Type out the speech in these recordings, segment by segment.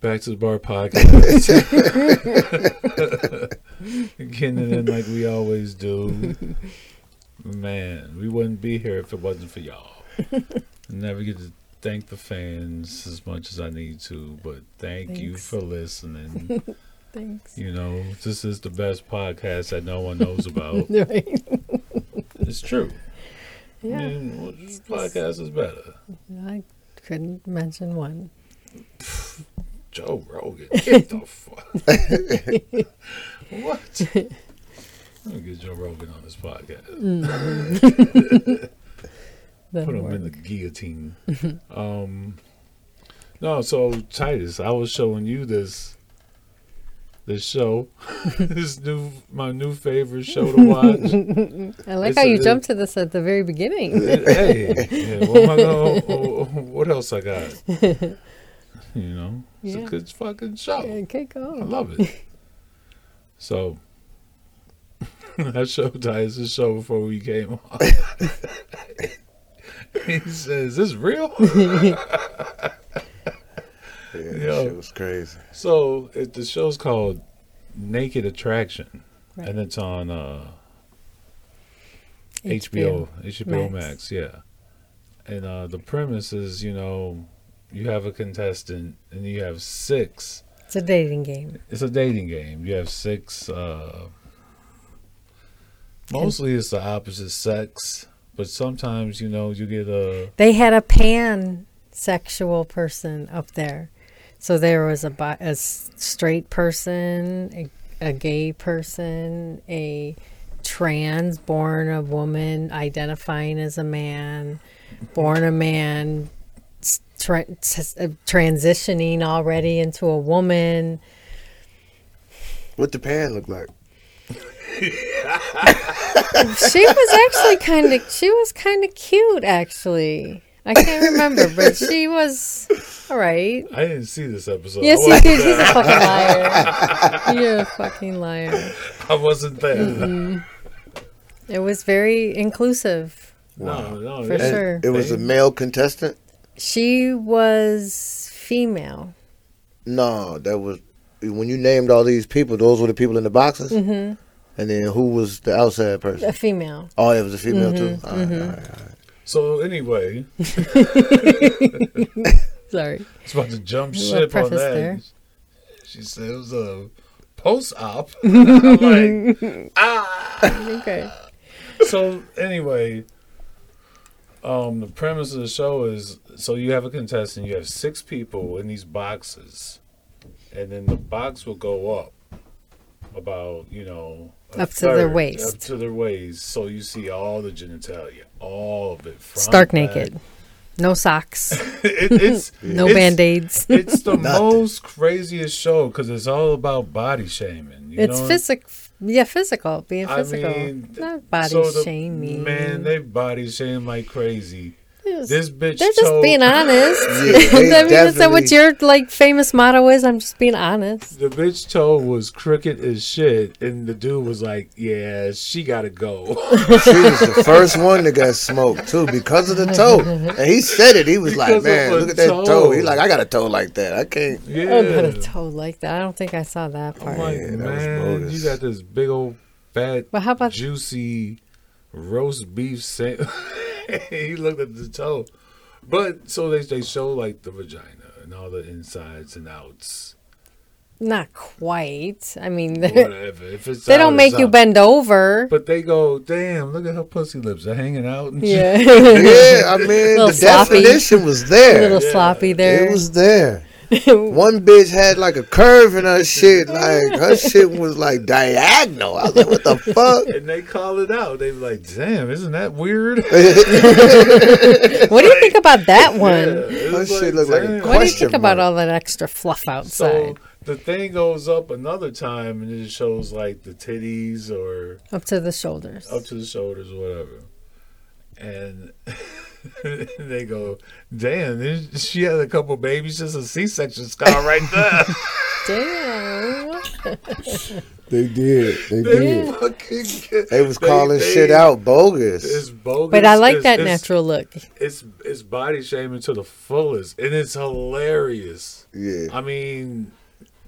Back to the Bar podcast. Getting it in like we always do. Man, we wouldn't be here if it wasn't for y'all. Never get to thank the fans as much as I need to, but thank you Thanks. for listening. Thanks. you know, this is the best podcast that no one knows about. Right. it's true. I Yeah. mean, what- this podcast is better. I couldn't mention one. Joe Rogan. Get the fuck. what? I'm gonna get Joe Rogan on this podcast. Put That'll him in the work. guillotine. um, no, so Titus, I was showing you this this show, this new my new favorite show to watch. I like It's how a- you jumped to this at the very beginning. hey, yeah, what, am I gonna, oh, oh, what else I got? You know, it's Yeah. a good fucking show. Okay, I go. love it. so I showed Tyus the show before we came on. he says, "Is this real?" Yeah, Yo. that shit was crazy. so it, the show's called Naked Attraction, Right. and it's on uh, HBO, HBO Max. Max. yeah. And uh, the premise is, you know, you have a contestant, and you have six It's a dating game. it's a dating game. You have six. Uh, mostly it's the opposite sex, but sometimes you know you get a They had a pansexual person up there. So there was a, bi- a s- straight person, a, a gay person, a trans born a woman identifying as a man, born a man s- tra- s- uh, transitioning already into a woman. What the pad look like? she was actually kind of she was kind of cute actually i can't remember but she was all right I didn't see this episode. yes I, you wasn't, did he's a fucking liar you're a fucking liar I wasn't there. Mm-hmm. it was very inclusive No, no, For yeah. sure. It was a male contestant? she was female No, that was when you named all these people. Those were the people in the boxes. Mm-hmm. And then who was the outside a person? female Oh, it was a female too. All right, all right, all right. So anyway, sorry it's about to jump Little ship on preface that. there. She said it was a post-op. I'm like, okay so anyway, um, the premise of the show is so you have a contestant, you have six people in these boxes, and then the box will go up about you know a Up to their third, waist. up to their waist, so you see all the genitalia, all of it, front, stark back. naked no socks It- it's no it's- band-aids It's the Nothing. most craziest show because it's all about body shaming. You it's know? physical yeah physical being I physical mean, not body so the- shaming Man, they body shame like crazy. Yes. This bitch. They're just told- being honest. Yeah, I they mean, is that what definitely- your like famous motto is? I'm just being honest. The bitch toe was crooked as shit, and the dude was like, "Yeah, she gotta go." Oh, She was the first one that got smoked too because of the toe. And he said it. He was Because like, of "Man, a look at that toe. toe." He like, I got a toe like that. I can't." yeah, Oh I don't put Oh, a toe like that. I don't think I saw that I'm part. like, Yeah, that was man, bogus. you got this big old fat, But how about- juicy roast beef sandwich? he looked at the toe, but so they they show like the vagina and all the insides and outs, Not quite. I mean, or they whatever. If it's out, don't it's make you out. bend over. But they go, damn, look at her pussy lips are hanging out. And shit." Yeah, Yeah, I mean, Little the sloppy. definition was a there. little sloppy there. It was there. One bitch had like a curve in her shit. Like her shit was like diagonal. I was like, "What the fuck?" And they call it out. They be like, damn, isn't that weird? what do you think about that one? It That was shit look like a damn. cr- What do you Question think about mark. all that extra fluff So outside? the thing goes up another time, and it shows like the titties or Up to the shoulders. up to the shoulders or whatever. And they go, damn, this- she had a couple babies, just a C-section scar right there. Damn. They did. They They did. fucking get- They was they- calling they- shit out bogus. It's bogus. But I like It's- that it's- natural look. It's it's body shaming to the fullest, and it's hilarious. Yeah. I mean,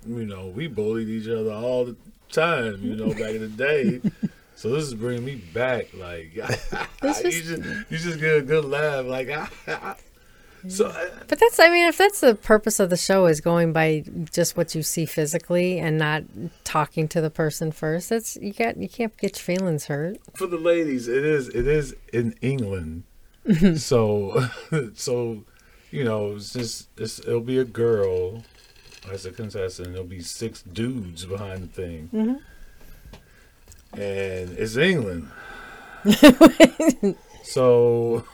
you know, we bullied each other all the time, you know, back in the day. So this is bringing me back. Like you is- just you just get a good laugh. Like so uh, But that's, I mean, if that's the purpose of the show is going by just what you see physically and not talking to the person first, that's you got you can't get your feelings hurt. for the ladies, it is it is in England. so so you know, it's just it's, it'll be a girl as a contestant. There'll be six dudes behind the thing, Mm-hmm. and it's England. so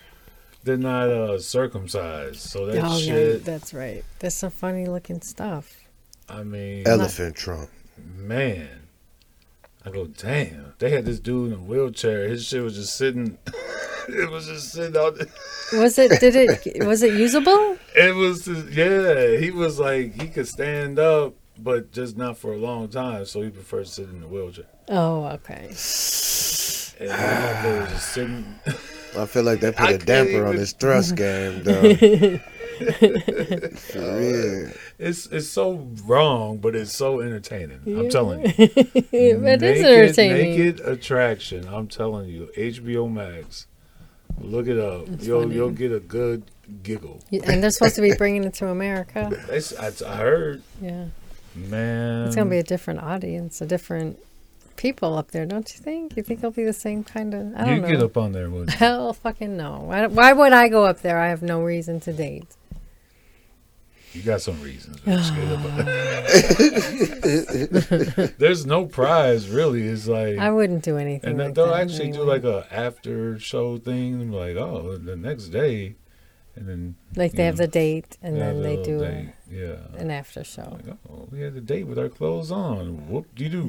they're not uh, circumcised. So that oh shit. yeah, that's right. That's some funny looking stuff. I mean, Elephant trunk. man. I go, damn. They had this dude in a wheelchair. His shit was just sitting. it was just sitting out. there. Was it? Did it? was it usable? It was just, yeah. He was like he could stand up, but just not for a long time. So he preferred to sit in the wheelchair. Oh, okay. And my mother was just sitting. I feel like they I put a can't damper on even- this thrust game, though. For real. It's it's so wrong, but it's so entertaining. I'm telling you, It is Naked- entertaining. Naked attraction. I'm telling you, HBO Max. Look it up. You'll funny. you'll get a good giggle. And they're supposed to be bringing it to America. It's, I, I heard, Yeah, man. it's gonna be a different audience, a different people up there, don't you think? You think it'll be the same kind of? I don't you know. get up on there with. Hell fucking no. Why, why would I go up there? I have no reason to date. You got some reasons. but just get up on- uh, There's no prize really. It's like, I wouldn't do anything. and like they'll that actually do anyway. like a after show thing. Like, oh, the next day, and then Like they you have know, the date and then have they a do a- date. yeah. an after show. Like, oh, we had a date with our clothes on. Whoop de doo.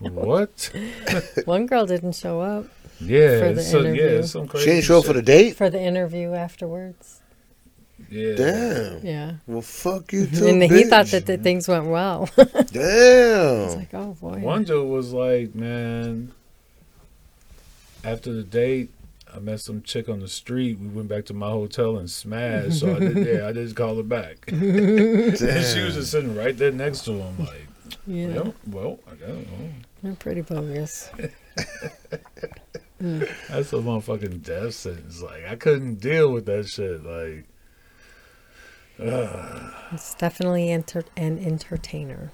What? One girl didn't show up Yeah. the it's so, yeah. interview. It's some crazy. She didn't show up for the shit. date? for the interview afterwards. Yeah. Damn. Yeah. Well, fuck you too. And he thought bitch. that, that things went well. It's Damn. like, oh boy. One dude was like, man, after the date, I met some chick on the street. We went back to my hotel and smashed. So I did, yeah, I just called her back. and she was Damn. just sitting right there next to him, like, yeah. yeah, well, I don't know. They're pretty bogus. That's a motherfucking death sentence. Like, I couldn't deal with that shit. Like, It's definitely enter- an entertainer.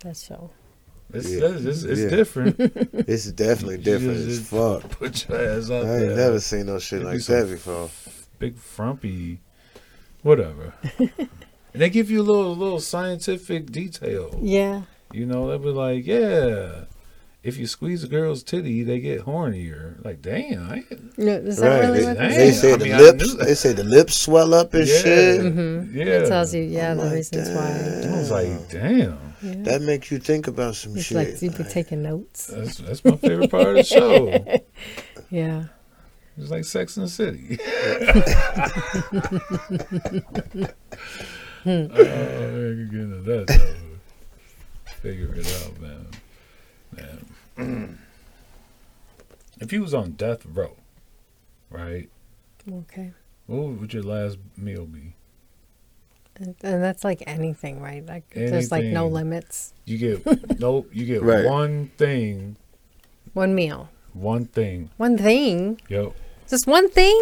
That show. it's, Yeah. it's, it's, it's Yeah. different. This is definitely She different was as just- fuck. Put your ass I out ain't there. never seen no shit It'd be like some that before. big frumpy, whatever. and they give you a little, little scientific detail. Yeah. You know, they'll be like, yeah, if you squeeze a girl's titty, they get hornier. Like, damn, I No, is that really They, what Dang. that they is? Mm-hmm. said I mean, the I lips. knew that. They said the lips swell up and yeah, shit. yeah. It tells you, yeah, I'm the like, reasons I why. was like, damn, Yeah. Oh That makes you think about some It's shit. like you could take notes. that's that's my favorite part of the show. Yeah. It's like Sex and the City. oh, I could get into that. Though. Figure it out, man. man. if you was on death row, right? Okay. What would your last meal be? And, and that's like anything, right? Like there's like no Anything. limits. You get no. You get Right. one thing. One meal. One thing. One thing. Yo, mm-hmm. Just one thing?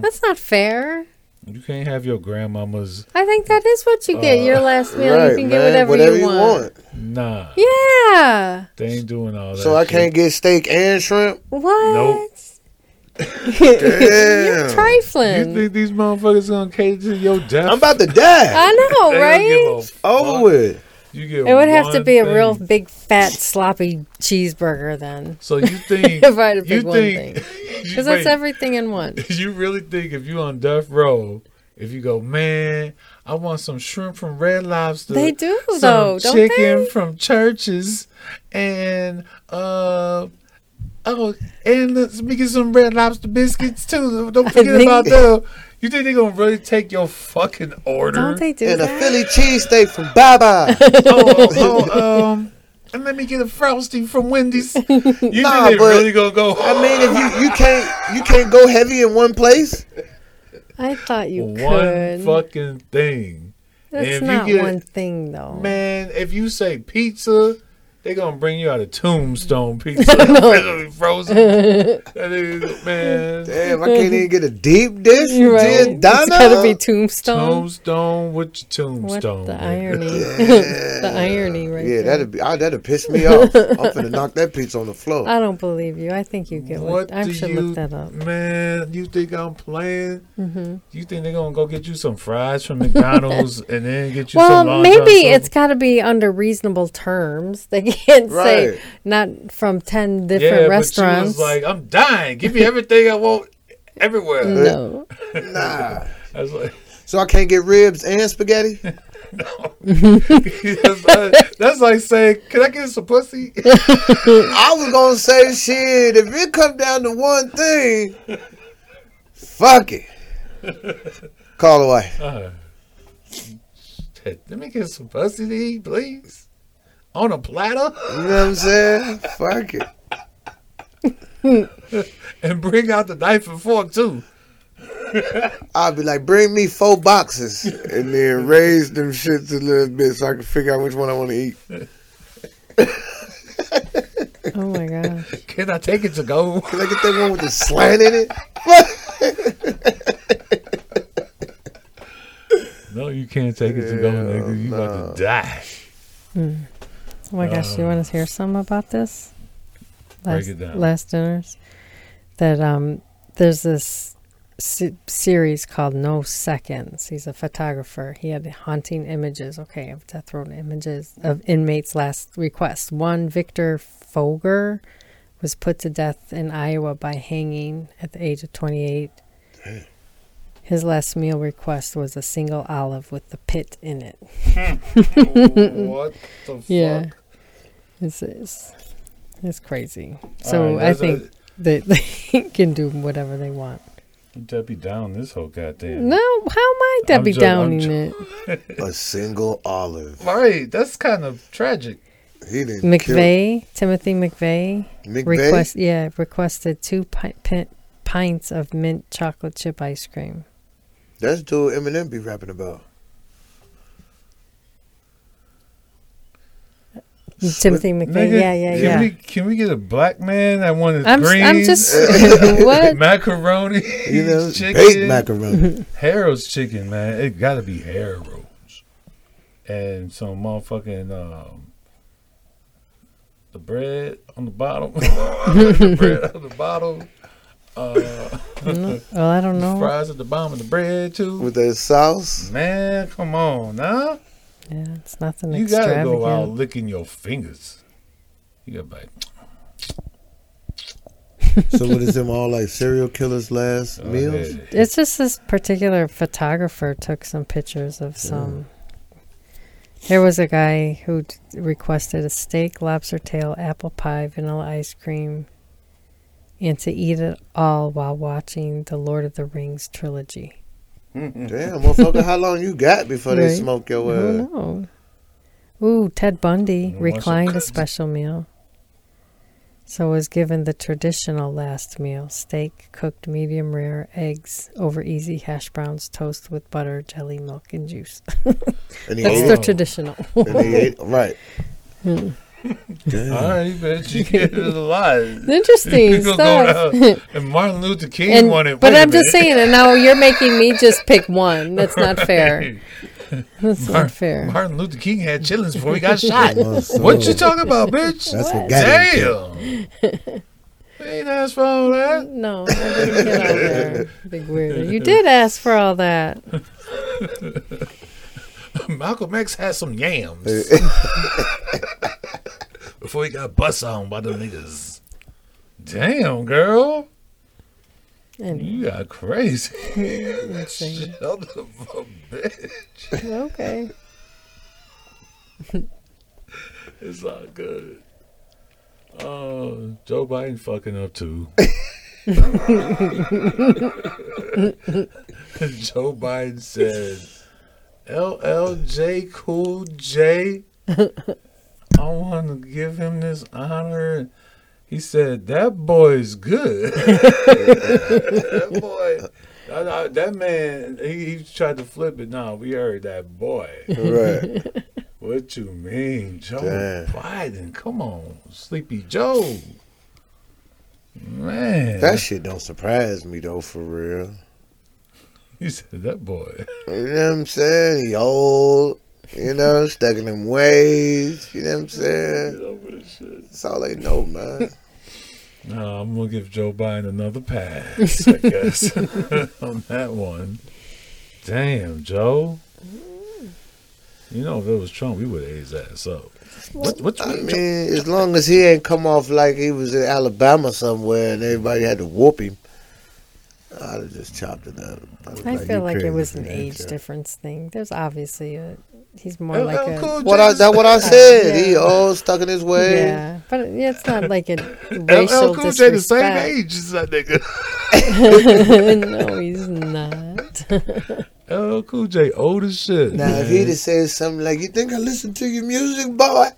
That's not fair. you can't have your grandmama's. I think that is what you get. your last meal, Right, you can man, get whatever, you, want. Nah, Yeah. they ain't doing all that. So I shit. can't get steak and shrimp. What? You're Damn. You trifling. think these motherfuckers gonna cater to your death? I'm about to die. I know, They don't right? give a Over fuck. with. You get It would have to one be a thing. real big, fat, sloppy cheeseburger then. So you think If I had to you pick one think, thing. you, Because that's wait, everything in one. you really think if you on death row, if you go, man, I want some shrimp from Red Lobster. They do, some though, don't chicken they? from churches, and uh, Oh, and let's we get some red lobster biscuits too. Don't forget about them. You think they're gonna really take your fucking order? Don't they do and a that? Philly cheesesteak from Baba. oh, oh, oh, um, and let me get a frosty from Wendy's. You think Nah, they but- really gonna go? I mean, if you, you can't you can't go heavy in one place. I thought you one could. fucking thing, if That's you not get- one thing though. man. If you say pizza, they gonna bring you out a tombstone pizza, literally frozen. That is, man, Damn, I can't even get a deep dish. from You're right. Giordano. It's gotta be tombstone. tombstone with your What tombstone. the nigga. irony? the irony, right? yeah, there. that'd be I, that'd piss me off. I'm finna knock that pizza on the floor. I don't believe you. I think you get What what I do should you, look that up. Mm-hmm. man? You think I'm playing? You think they're gonna go get you some fries from McDonald's and then get you some? Well, Long John maybe Silver? it's got to be under reasonable terms. They can't Right. say not from ten different restaurants. But she was like, I'm dying. Give me everything I want everywhere. no, nah. I was like, So I can't get ribs and spaghetti. that's, like- that's like saying, Can I get some pussy? I was gonna say shit. If it come down to one thing, fuck it. Call away. Let me get some pussy to eat, please. On a platter You know what I'm saying? Fuck it. and bring out the knife and fork too. I'll be like, bring me four boxes and then raise them shits a little bit so I can figure out which one I want to eat. oh my gosh, Can I take it to go? Can I get that one with the slant in it? No, you can't take it to go, nigga. You about to die. oh my gosh. You want to hear some about this? Um, Break Last, it down. last dinners. That um, there's this se- series called No Seconds. He's a photographer. He had haunting images. Okay, of death row images of inmates' last request. One Victor Foger. was put to death in Iowa by hanging at the age of 28. His last meal request was a single olive with the pit in it. what the fuck? Yeah. This is it's crazy. So right, I that's think that they can do whatever they want. Debbie down this whole goddamn. No, how am I Debbie jo- I'm Downing jo- it? A single olive. Right, that's kind of tragic. He didn't McVeigh, Timothy McVeigh, McVeigh? request yeah requested two pi- pin- pints of mint chocolate chip ice cream. That's dude Eminem be rapping about. Timothy McVeigh, Nigga, yeah, yeah, can yeah. We, can we get a black man that wanted I'm, greens, I'm just what macaroni, You know, baked chicken, macaroni. Harold's chicken, man? It got to be Harold's, and some motherfucking um, the bread on the bottom, the bread on the bottom, Well, I don't know. fries at the bottom of the bread too. With that sauce. Man, come on, nah, Yeah, it's nothing you gotta extravagant. go out licking your fingers. You gotta be like, So what is them all like serial killers last oh, meals? yeah. It's just this particular photographer took some pictures of some. There was a guy who d- requested a steak, lobster tail, apple pie, vanilla ice cream, and to eat it all while watching the Lord of the Rings trilogy. Damn, motherfucker, how long you got before they Right. smoke your Oh uh, no. Ooh, Ted Bundy Wants a reclined a cut. special meal. So was given the traditional last meal steak, cooked medium rare, eggs over easy hash browns, toast with butter, jelly, milk, and juice. and he That's ate the Oh. traditional. it? And he ate right. All right, bitch, you get it a lot. Interesting People stuff. go down. And Martin Luther King And, wanted. but wait a I'm just minute. saying, and now you're making me just pick one. That's not fair. That's Mar- not fair. Martin Luther King had chillings before he got shot. My soul. what you talking about, bitch? That's what got him. Damn. We ain't asked for all that. No, I didn't get all there, big weirdo. You did ask for all that. Malcolm X had some yams before he got bust on by them niggas. Damn, girl. And You got crazy. insane. Hell of a bitch. Okay. It's all good. Oh, Joe Biden fucking up too. Joe Biden said, "LLJ Cool J, I want to give him this honor." He said, "That boy's good. that boy, that- that, that man. He, he tried to flip it. Now we heard that boy." Right. What you mean, Joe Damn. Biden? Come on, Sleepy Joe. Man, that shit don't surprise me though, for real. he said that boy. You know what I'm saying? He old, you know, stuck in them ways. You know what I'm saying? That's all they know, man. No, I'm gonna give Joe Biden another pass, I guess, on that one. Damn, Joe. You know, if it was Trump, we would have his ass up. What, what's I with mean, Joe- as long as he ain't come off like he was in Alabama somewhere and everybody had to whoop him, I'd have just chopped it up. I'd have I been feel "You like it crazy was for an that age shit." difference thing. There's obviously a he's more LL like a Cool J What I is- that what I said? He Yeah. all stuck in his way. yeah, but it- yeah, it's not like a LL racial Cool J the same disrespect. age as that nigga. no, he's not. LL Cool J old as shit. Now if he'd have said something like, "You think I listen to your music, boy?"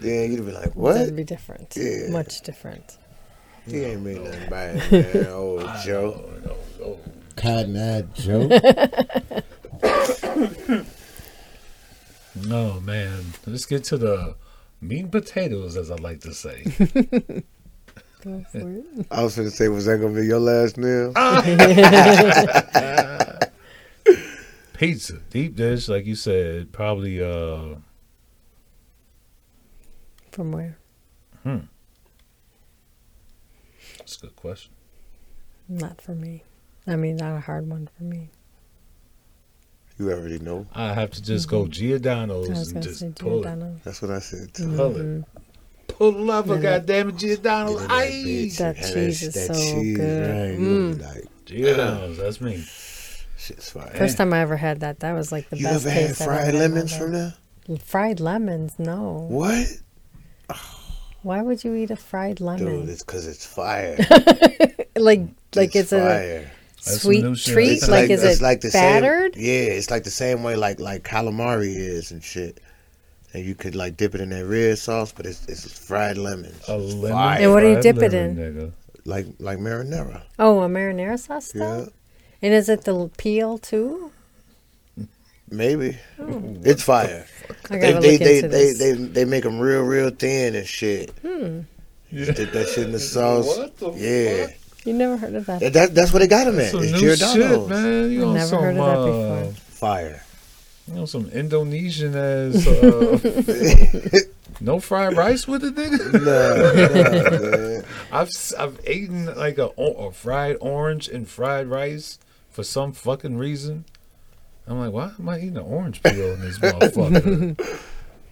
Then you'd have been like, That'd "What? be different. Yeah. Much different. He ain't mean nothing by it, man. Old Joe, Oh, no, oh. cotton eyed Joe." No, man. Let's get to the meat and potatoes, as I like to say. Go for it. I was gonna say, was that gonna be your last meal? Uh, Pizza, deep dish, like you said, probably uh From where? that's a good question. Not for me. I mean, not a hard one for me. You already know. I have to just go Mm-hmm. I was Giordano's and gonna say just pull it. Giordano. Mm-hmm. That's what I said Oh, too. Pull it. Pull up a Yeah. goddamn it, Giordano's. Get in that bitch Aye. That and cheese is so good. Mm. Right? You gonna be like, Giordano's, that's me. shit's fire. First time I ever had that, that was like the you best ever had taste I've fried had in my lemons life. from there? Fried lemons? No. What? Why would you eat a fried lemon? Dude, it's because it's fire. like, like it's, a fire. That's sweet some new shit. treat. It's like, is it's it battered? Same, yeah, it's like the same way like like calamari is and shit. And you could like dip it in that red sauce, but it's it's fried lemons. A It's lemon fire. And what do you fried dip it lemon, nigga. Like like marinara. Oh, a marinara sauce though. Yeah. And is it the l- peel too? Maybe. It's fire. Hmm. I They gotta they look they, into they this. Hmm. they they make them real real thin and shit. Yeah. Dip that shit in the sauce. What the yeah. fuck? you never heard of that? That, that- that's what they got him at. Some It's new Giordano's. shit, man. You I've on never some, heard of that uh, before. Fire. You know, some Indonesian ass. Uh, no fried rice with it, nigga. No, no, man. I've s- I've eaten like a, o- a fried orange and fried rice for some fucking reason. I'm like, why am I eating an orange peel in this motherfucker?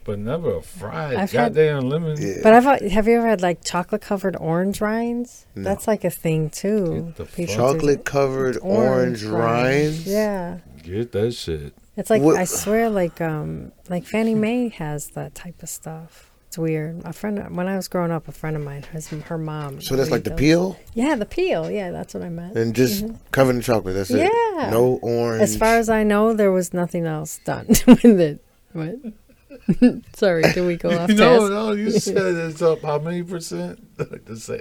but never a fried I've had- goddamn lemon. Yeah. But I've al- have you ever had like chocolate covered orange rinds? No. That's like a thing too. Get the People do Chocolate that. covered orange, rinds. Yeah, Get that shit. it's like What- I swear, like um, like Fannie Mae has that type of stuff. It's weird. A friend when I was growing up, a friend of mine, his, her mom. So that's made like the those. peel Yeah, the peel. Yeah, that's what I meant. and just covered in chocolate. That's it. Mm-hmm. Yeah. No orange. As far as I know, there was nothing else done with it. What? Sorry, did we go off You no, task? no, you said it's up how many percent? the, sale,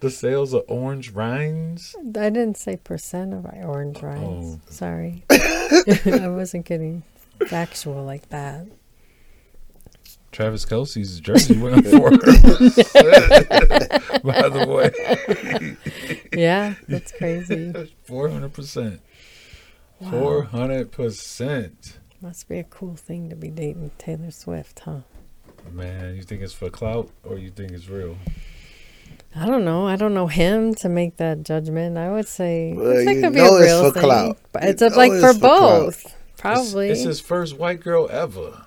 the sales of orange rinds? I didn't say percent of my orange rinds. Sorry, I wasn't getting factual like that. Travis Kelsey's jersey went up for By the way. Yeah, that's crazy. Four hundred percent. Four hundred percent. Must be a cool thing to be dating Taylor Swift, huh? Man, you think it's for clout or you think it's real? I don't know. I don't know him to make that judgment. I would say Well, it's like you could be a know it's real for thing, clout. but You it's uh, know like it's for for clout. both, It's- probably. It's, his first white girl ever.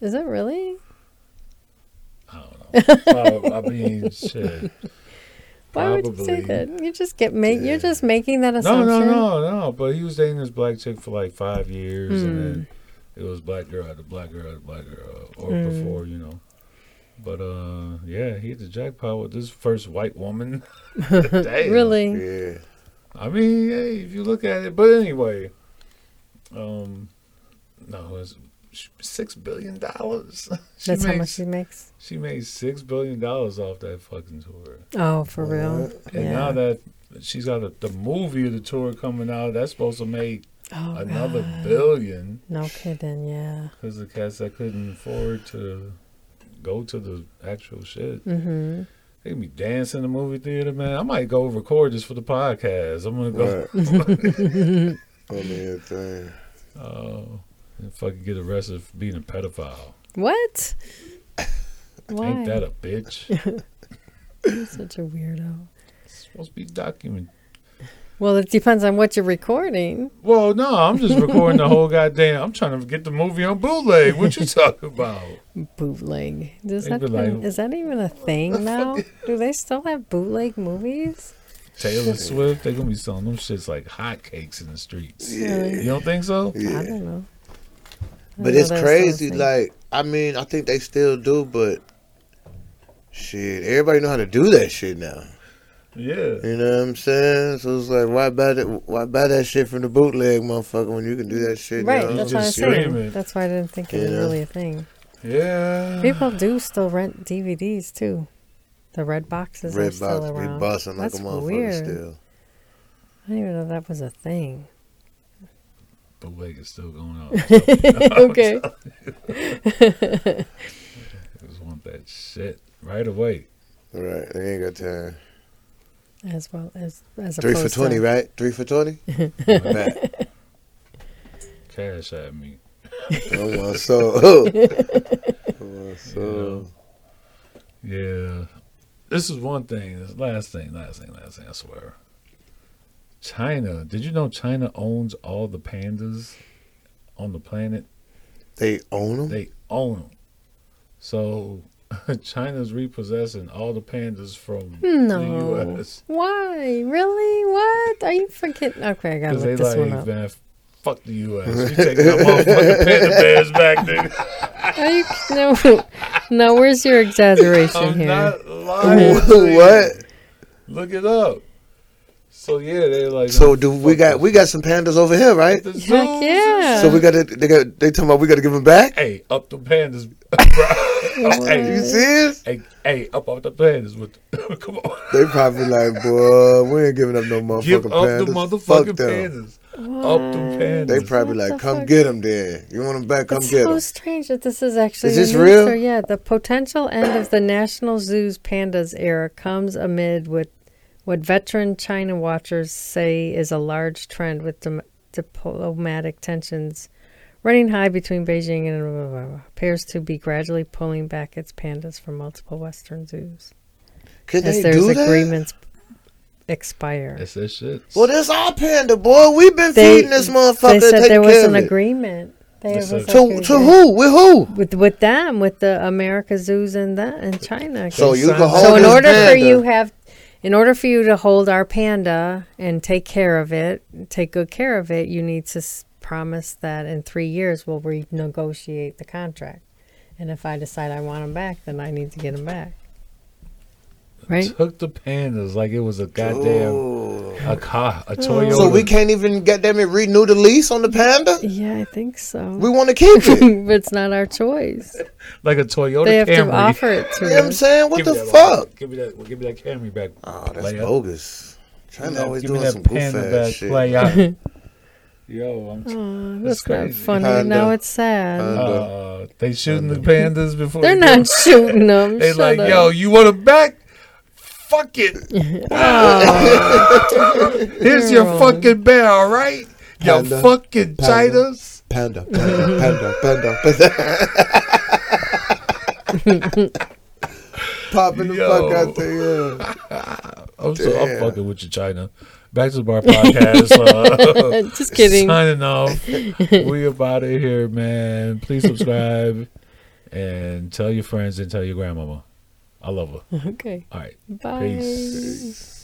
Is it really? Prob- Oh, I mean, shit. Why would you say Probably. that? You just get make. You're just making that No, assumption. no, no, no. But he was dating this black chick for like five Hmm. Hmm. years, and then it was black girl after black girl after black girl, or before, you know. But uh, yeah, he hit the jackpot with this first white woman. Damn. Really? Yeah. I mean, hey, if you look at it, but anyway, um, no, it's six billion dollars. she That's made, how much he makes? she made six billion dollars off that fucking tour, Oh, for real? and now Yeah. that she's got a, the movie of the tour coming out, that's supposed to make Oh, another God. billion No kidding, yeah. because the cats that couldn't afford to go to the actual shit. Mm-hmm. They be dancing in the movie theater, man. I might go record this for the podcast. I'm gonna go. Right. On the thing. Oh, and fucking get arrested for being a pedophile. What? Ain't Why? that a bitch? You're such a weirdo. it's supposed to be documented. Well, it depends on what you're recording. Well, no, I'm just recording the whole goddamn. I'm trying to get the movie on bootleg. What you talking about? Bootleg. Does They'd that be even- like- is that even a thing now? Do they still have bootleg movies? Taylor Swift, they gonna be selling them shits like hotcakes in the streets. Really? You don't think so? I Yeah. don't know. I But know it's that's crazy. something. Like, I mean, I think they still do, but shit, everybody know how to do that shit now. Yeah. You know what I'm saying? So it's like, why buy that? Why buy that shit from the bootleg, motherfucker? When you can do that shit, right? You know? That's just what I'm saying. screaming. That's why I didn't think it was Yeah. really a thing. Yeah. People do still rent DVDs too. The red boxes are Red still box, we around. busting like That's a motherfucker weird. still. I didn't even know that was a thing. Bootleg is still going on. Oh, okay. Just want that shit right away. Right, they ain't got time. As well as as Three for opposed twenty, to, right? Three for twenty. right. Cash at me. Come on, so come on, so Yeah. This is one thing. This last thing, last thing, last thing, I swear. China. Did you know China owns all the pandas on the planet? they own them. They own them. So China's repossessing all the pandas from No. the US. Why? Really? What? Are you forgetting? Okay, I gotta Because they look this one like, up. man, fuck the US. You take that motherfucking panda bears back, nigga. Are you no? No. Where's your exaggeration I'm here? not lying. to you. what? Look it up. So yeah, they like So "Nah, do fuck we got this." we got some pandas over here, right? The zoos Heck and yeah. So we got to they got they talking about we got to give them back. Hey, up the pandas. You hey, What? serious? hey, hey, up off the pandas with. Come on, They probably like, boy, we ain't giving up no motherfucking give up pandas. the Fuck motherfucking them. pandas. Up the pandas. They probably What the like, come fuck? get 'em get them then. You want them back? Come it's get so 'em. strange that this is actually Is this the news, real? or- yeah, the potential end of the National Zoo's pandas era comes amid what what veteran China watchers say is a large trend with dom- diplomatic tensions running high between Beijing and blah, blah, blah, blah, appears to be gradually pulling back its pandas from multiple Western zoos Can as they their do that? agreements expire. That's that shit. Well, that's our panda, boy. We've been feeding this they motherfucker. said taking there was care an of it. agreement. There That's was a- like To a- to who? With who? with with them with the America zoos and that and China. So you can So hold So in this order for panda. you have, in order for you to hold our panda and take care of it, take good care of it, you need to s- promise that in three years we'll renegotiate the contract. And if I decide I want them back, then I need to get them back. Right? Took the pandas like it was a goddamn Ooh. a car, Oh. a Toyota. So we can't even goddamn it renew the lease on the panda. Yeah, I think so. We want to keep but it. you it's not our choice. like a Toyota They have Camry. to offer it know what to I'm us. saying? What Give the me that, fuck? Give me that. Well, give me that Camry back. Oh, that's playa. bogus. Give me China that- always give me doing that some goof panda ass back, shit. playa. Yo, I'm. Oh, That's that's not crazy. funny. Kinda. Now it's sad. Kinda. Uh, they shooting the pandas before They're we not go? shooting them. They Shut like, up. yo, you want them back? Fuck it. Oh, Here's your Girl. fucking bear, all right? Yo, Panda. fucking Panda. China's. Panda, panda, panda, panda, panda. Popping the Yo. fuck out there. yeah. I'm, so, I'm Damn. fucking with you, China. Back to the bar podcast. Uh, Just kidding. Signing off. we about it here, man. Please subscribe and tell your friends and tell your grandmama. I love her. Okay. All right. Bye. Peace.